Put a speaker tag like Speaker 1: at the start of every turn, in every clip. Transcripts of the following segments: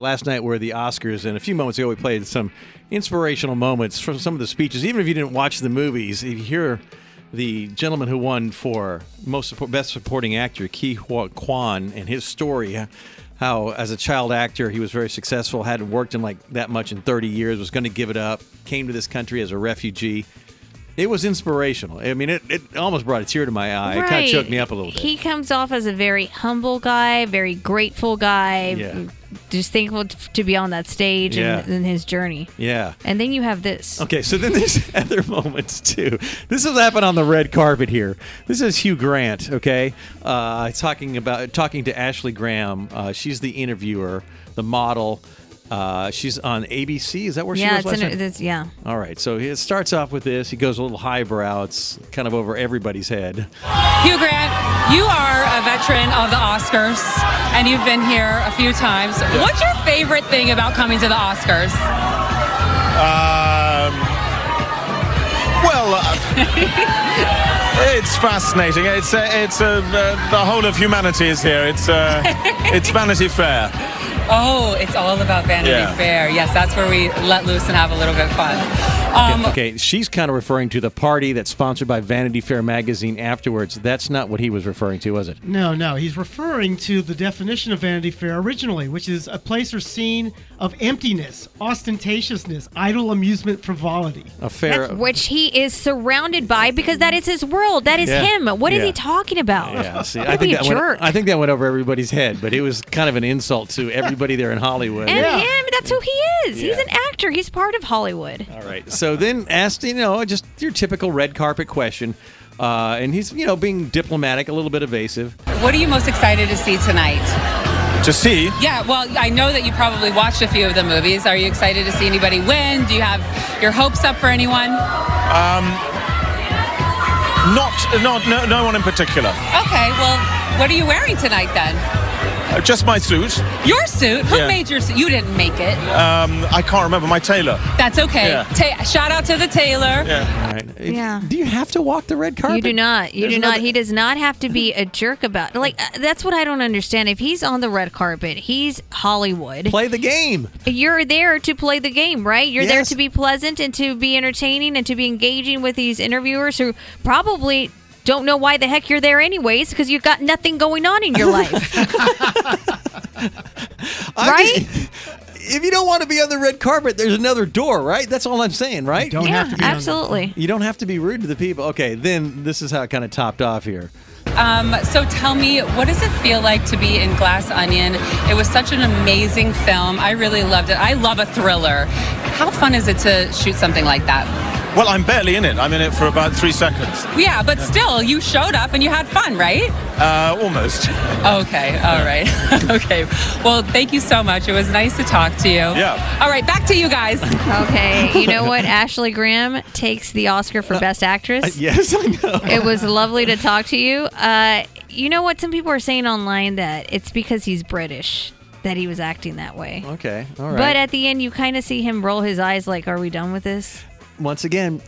Speaker 1: Last night were the Oscars, and a few moments ago we played some inspirational moments from some of the speeches. Even if you didn't watch the movies, if you hear the gentleman who won for most support, best supporting actor, Ki Huat Kwan, and his story, how as a child actor he was very successful, hadn't worked in like that much in 30 years, was going to give it up, came to this country as a refugee. It was inspirational. I mean, it, it almost brought a tear to my eye. Uh, It kind of choked me up a little bit.
Speaker 2: He comes off as a very humble guy, very grateful guy.
Speaker 1: Yeah.
Speaker 2: Just thankful t- to be on that stage and,
Speaker 1: Yeah.
Speaker 2: and his journey.
Speaker 1: yeah.
Speaker 2: And then you have this.
Speaker 1: Okay, so then there's other moments too. This has happened on the red carpet here. This is Hugh Grant, okay, uh, talking about talking to Ashley Graham. Uh, she's the interviewer, the model. Uh, she's on ABC. Is that where
Speaker 2: Yeah,
Speaker 1: she was
Speaker 2: it's,
Speaker 1: last
Speaker 2: an,
Speaker 1: night?
Speaker 2: it's yeah.
Speaker 1: All right, so it starts off with this. He goes a little highbrow. It's kind of over everybody's head.
Speaker 3: Hugh Grant, you are a veteran of the Oscars, and you've been here a few times. What's your favorite thing about coming to the Oscars?
Speaker 4: Um, well, uh, it's fascinating. It's uh, it's uh, the, the whole of humanity is here. It's uh, it's Vanity Fair.
Speaker 3: Oh, it's all about Vanity
Speaker 4: Yeah.
Speaker 3: Fair. Yes, that's where we let loose and have a little bit fun. Um,
Speaker 1: Okay, she's kind of referring to the party that's sponsored by Vanity Fair magazine. Afterwards, that's not what he was referring to, was it?
Speaker 5: No, no, he's referring to the definition of Vanity Fair originally, which is a place or scene of emptiness, ostentatiousness, idle amusement, frivolity.
Speaker 1: A fair.
Speaker 2: Which he is surrounded by because that is his world. That is
Speaker 1: Yeah.
Speaker 2: him. What is
Speaker 1: Yeah.
Speaker 2: he talking about?
Speaker 1: Yeah, see,
Speaker 2: Don't
Speaker 1: I think
Speaker 2: be a
Speaker 1: that went,
Speaker 2: jerk.
Speaker 1: I think that went over everybody's head, but it was kind of an insult to everybody there in Hollywood.
Speaker 2: And him, that's who he is. He's
Speaker 1: Yeah.
Speaker 2: an actor. He's part of Hollywood.
Speaker 1: All right. So then asked, you know, just your typical red carpet question, uh, and he's you know being diplomatic, a little bit evasive.
Speaker 3: what are you most excited to see tonight?
Speaker 4: To see,
Speaker 3: Yeah, well, I know that you probably watched a few of the movies. Are you excited to see anybody win? Do you have your hopes up for anyone?
Speaker 4: not not no, no one in particular.
Speaker 3: Okay, well, what are you wearing tonight then?
Speaker 4: Uh, just my suit.
Speaker 3: Your suit? Who
Speaker 4: Yeah.
Speaker 3: made your suit? You didn't make it.
Speaker 4: Um, I can't remember my tailor.
Speaker 3: That's okay.
Speaker 4: Yeah.
Speaker 3: Ta- shout out to the tailor.
Speaker 4: Yeah.
Speaker 1: All right.
Speaker 2: Yeah.
Speaker 1: Do you have to walk the red carpet?
Speaker 2: You do not. You
Speaker 1: There's
Speaker 2: do not.
Speaker 1: another-
Speaker 2: he does not have to be a jerk about. Like uh, that's what I don't understand. If he's on the red carpet, he's Hollywood.
Speaker 1: play the game.
Speaker 2: You're there to play the game, right? You're there
Speaker 1: Yes.
Speaker 2: to be pleasant and to be entertaining and to be engaging with these interviewers who probably don't know why the heck you're there anyways because you've got nothing going on in your life.
Speaker 1: I'm
Speaker 2: Right?
Speaker 1: just- if you don't want to be on the red carpet, there's another door, right? That's all I'm saying, right?
Speaker 5: Don't have
Speaker 2: yeah,
Speaker 5: to be on the-
Speaker 2: absolutely.
Speaker 1: You don't have to be rude to the people. Okay, then this is how it kind of topped off here.
Speaker 3: Um, so tell me, what does it feel like to be in Glass Onion? It was such an amazing film. I really loved it. I love a thriller. How fun is it to shoot something like that?
Speaker 4: Well, I'm barely in it. I'm in it for about three seconds.
Speaker 3: Yeah, but still, you showed up and you had fun, right?
Speaker 4: Uh, almost.
Speaker 3: Okay, all right. okay. Well, thank you so much. It was nice to talk to you.
Speaker 4: Yeah.
Speaker 3: All right, back to you guys.
Speaker 2: Okay, you know what? Ashley Graham takes the Oscar
Speaker 5: Uh,
Speaker 2: for Best Actress.
Speaker 1: Yes, I know.
Speaker 2: it was lovely to talk to you. Uh, you know what? Some people are saying online that it's because he's British that he was acting that way.
Speaker 1: Okay, all right.
Speaker 2: But at the end, you kind of see him roll his eyes like, are we done with this?
Speaker 1: once again,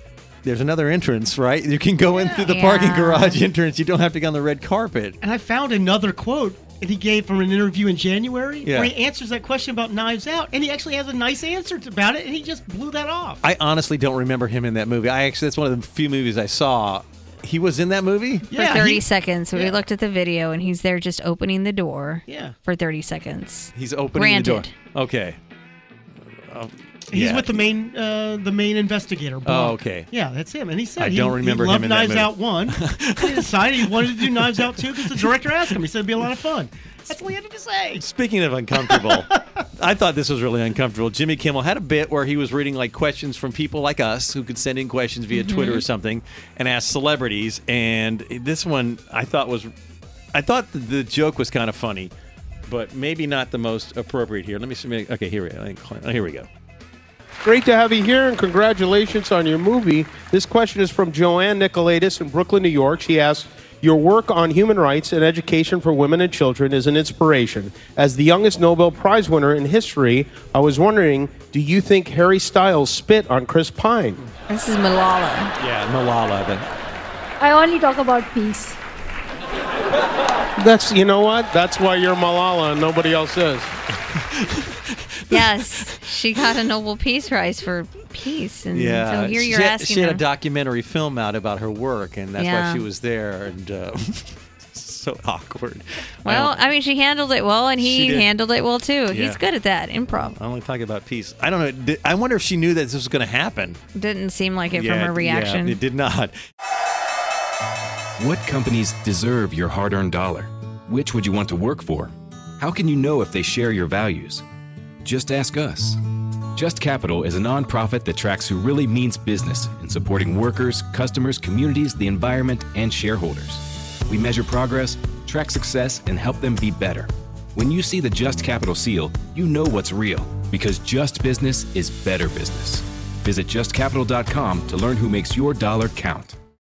Speaker 1: there's another entrance, right? You can go in through the
Speaker 2: Yeah.
Speaker 1: parking garage entrance. You don't have to go on the red carpet.
Speaker 5: And I found another quote that he gave from an interview in January
Speaker 1: Yeah.
Speaker 5: where he answers that question about Knives Out, and he actually has a nice answer to- about it, and he just blew that off.
Speaker 1: I honestly don't remember him in that movie. I actually that's one of the few movies I saw. He was in that movie?
Speaker 5: yeah,
Speaker 2: for 30
Speaker 5: he-
Speaker 2: seconds. We
Speaker 5: yeah.
Speaker 2: looked at the video and he's there just opening the door
Speaker 5: Yeah.
Speaker 2: for 30 seconds.
Speaker 1: He's opening the
Speaker 2: Granted.
Speaker 1: door. Okay. Oh,
Speaker 5: He's
Speaker 1: yeah. Oh,
Speaker 5: with the main uh, the main investigator. Blanc.
Speaker 1: okay.
Speaker 5: Yeah, that's him. And he said
Speaker 1: I
Speaker 5: he,
Speaker 1: don't remember
Speaker 5: he
Speaker 1: him
Speaker 5: loved
Speaker 1: in that
Speaker 5: Knives
Speaker 1: movie.
Speaker 5: Out one. he decided he wanted to do Knives Out two because the director asked him. He said it'd be a lot of fun. That's all he had to say.
Speaker 1: Speaking of uncomfortable, I thought this was really uncomfortable. Jimmy Kimmel had a bit where he was reading like questions from people like us who could send in questions via Twitter or something and ask celebrities. And this one I thought was, I thought the, the joke was kind of funny. but maybe not the most appropriate here. Let me see. Okay, here we go. I think- Here we go.
Speaker 6: Great to have you here, and congratulations on your movie. This question is from Joanne Nicolaitis in Brooklyn, New York. She asks, your work on human rights and education for women and children is an inspiration. As the youngest Nobel Prize winner in history, I was wondering, do you think Harry Styles spit on Chris Pine?
Speaker 2: This is Malala.
Speaker 1: Yeah, Malala. The,
Speaker 7: I only talk about peace.
Speaker 6: That's, you know what? That's why you're Malala and nobody else is.
Speaker 2: Yes, she got a Nobel Peace Prize for peace, and
Speaker 1: yeah.
Speaker 2: so here
Speaker 1: she
Speaker 2: you're
Speaker 1: had,
Speaker 2: asking
Speaker 1: She had
Speaker 2: her.
Speaker 1: a documentary film out about her work, and that's why
Speaker 2: Yeah.
Speaker 1: she was there. And uh, so awkward.
Speaker 2: well,
Speaker 1: I,
Speaker 2: I mean, she handled it well, and
Speaker 1: She
Speaker 2: he
Speaker 1: did.
Speaker 2: handled it well too.
Speaker 1: Yeah.
Speaker 2: He's good at that improv.
Speaker 1: only talk about peace. I don't know. Did- I wonder if she knew that this was going to happen.
Speaker 2: Didn't seem like it
Speaker 1: Yeah,
Speaker 2: from her reaction.
Speaker 1: Yeah, it did not.
Speaker 8: What companies deserve your hard earned dollar? Which would you want to work for? How can you know if they share your values? Just ask us. Just Capital is a nonprofit that tracks who really means business in supporting workers, customers, communities, the environment, and shareholders. We measure progress, track success, and help them be better. When you see the Just Capital seal, you know what's real because just business is better business. Visit justcapital.com to learn who makes your dollar count.